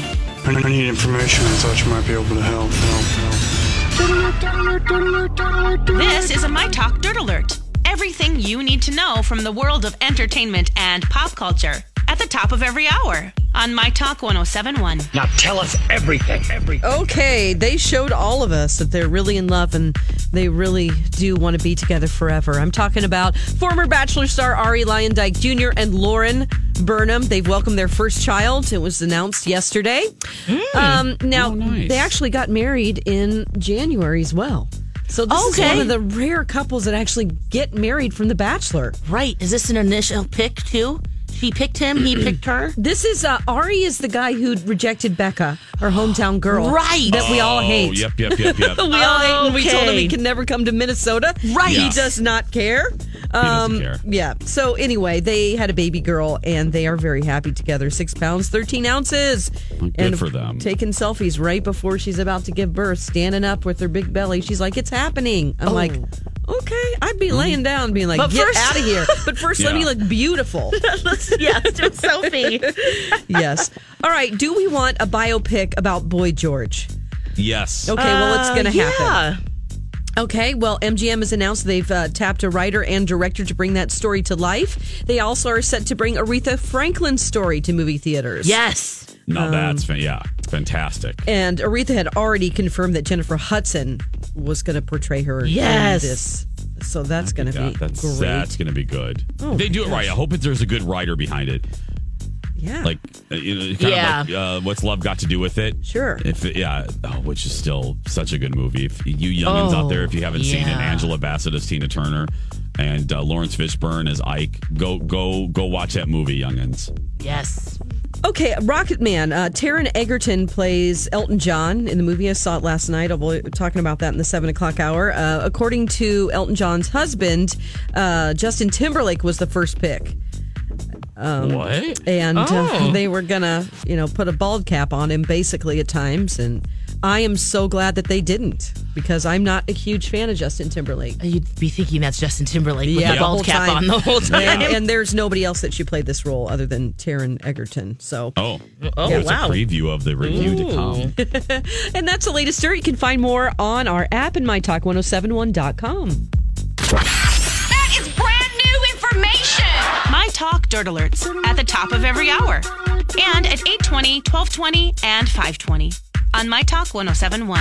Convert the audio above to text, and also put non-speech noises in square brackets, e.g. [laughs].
I I need information. I thought you might be able to help. Help. Help. This is a My Talk Dirt Alert. Everything you need to know from the world of entertainment and pop culture at the top of every hour on My Talk 1071. Now tell us everything. Everything. Okay, they showed all of us that they're really in love and they really do want to be together forever. I'm talking about former Bachelor star Ari Lyondike Jr. and Lauren Burnham. They've welcomed their first child. It was announced yesterday. Hmm. Um, Oh, now, nice. they actually got married in January as well. So this is Okay. one of the rare couples that actually get married from The Bachelor. Right. Is this an initial pick, too? She picked him, [clears throat] he picked her. This is uh, Ari is the guy who rejected Becca, her hometown girl, Right. That we all hate. Oh, Yep, [laughs] yep, yep, yep. We all hate, and we told him Okay. he can never come to Minnesota. Right. He Yeah. does not care. Um, doesn't care. Yeah. So anyway, they had a baby girl, and they are very happy together. Six pounds, thirteen ounces. Well, good and for them. Taking selfies right before she's about to give birth, standing up with her big belly. She's like, "It's happening." I'm like. Okay, I'd be laying down, being like, But "Get first- out of here!" But first, let Yeah. me look beautiful. yeah, let's do a [laughs] selfie. yes. All right. Do we want a biopic about Boy George? yes. Okay. Well, it's going to happen. Uh, Yeah. Okay, well, MGM has announced they've uh, tapped a writer and director to bring that story to life. They also are set to bring Aretha Franklin's story to movie theaters. Yes. Now Um, that's fan- yeah, fantastic. And Aretha had already confirmed that Jennifer Hudson was going to portray her Yes. in this. So that's going to Yeah, be uh, that's great. that's gonna be good. Oh, they do it right. I hope that there's a good writer behind it. yeah. Like, uh, you know, kind Yeah. of like uh, what's love got to do with it? Sure. If it, yeah, oh, which is still such a good movie. If you youngins out there, if you haven't seen it, Oh, yeah. Angela Bassett as Tina Turner and uh, Lawrence Fishburne as Ike. Go go go watch that movie, youngins. Yes. Okay, Rocket Man. Uh, Taron Egerton plays Elton John in the movie. I saw it last night. I'll be talking about that in the seven o'clock hour. Uh, according to Elton John's husband, uh, Justin Timberlake was the first pick, Um, what? and uh, Oh. [laughs] they were gonna, you know, put a bald cap on him basically at times. And I am so glad that they didn't because I'm not a huge fan of Justin Timberlake. You'd be thinking that's Justin Timberlake with Yeah, the the bald whole cap time. on the [laughs] whole time. And, and there's nobody else that she played this role other than Taron Egerton. So Oh, Oh, There's wow. a preview of the review to come. And that's the latest dirt. You can find more on our app and mytalk1071.com. That is brand new information. My Talk Dirt Alerts at the top of every hour and at 820, 1220, and 520 on My Talk 1071.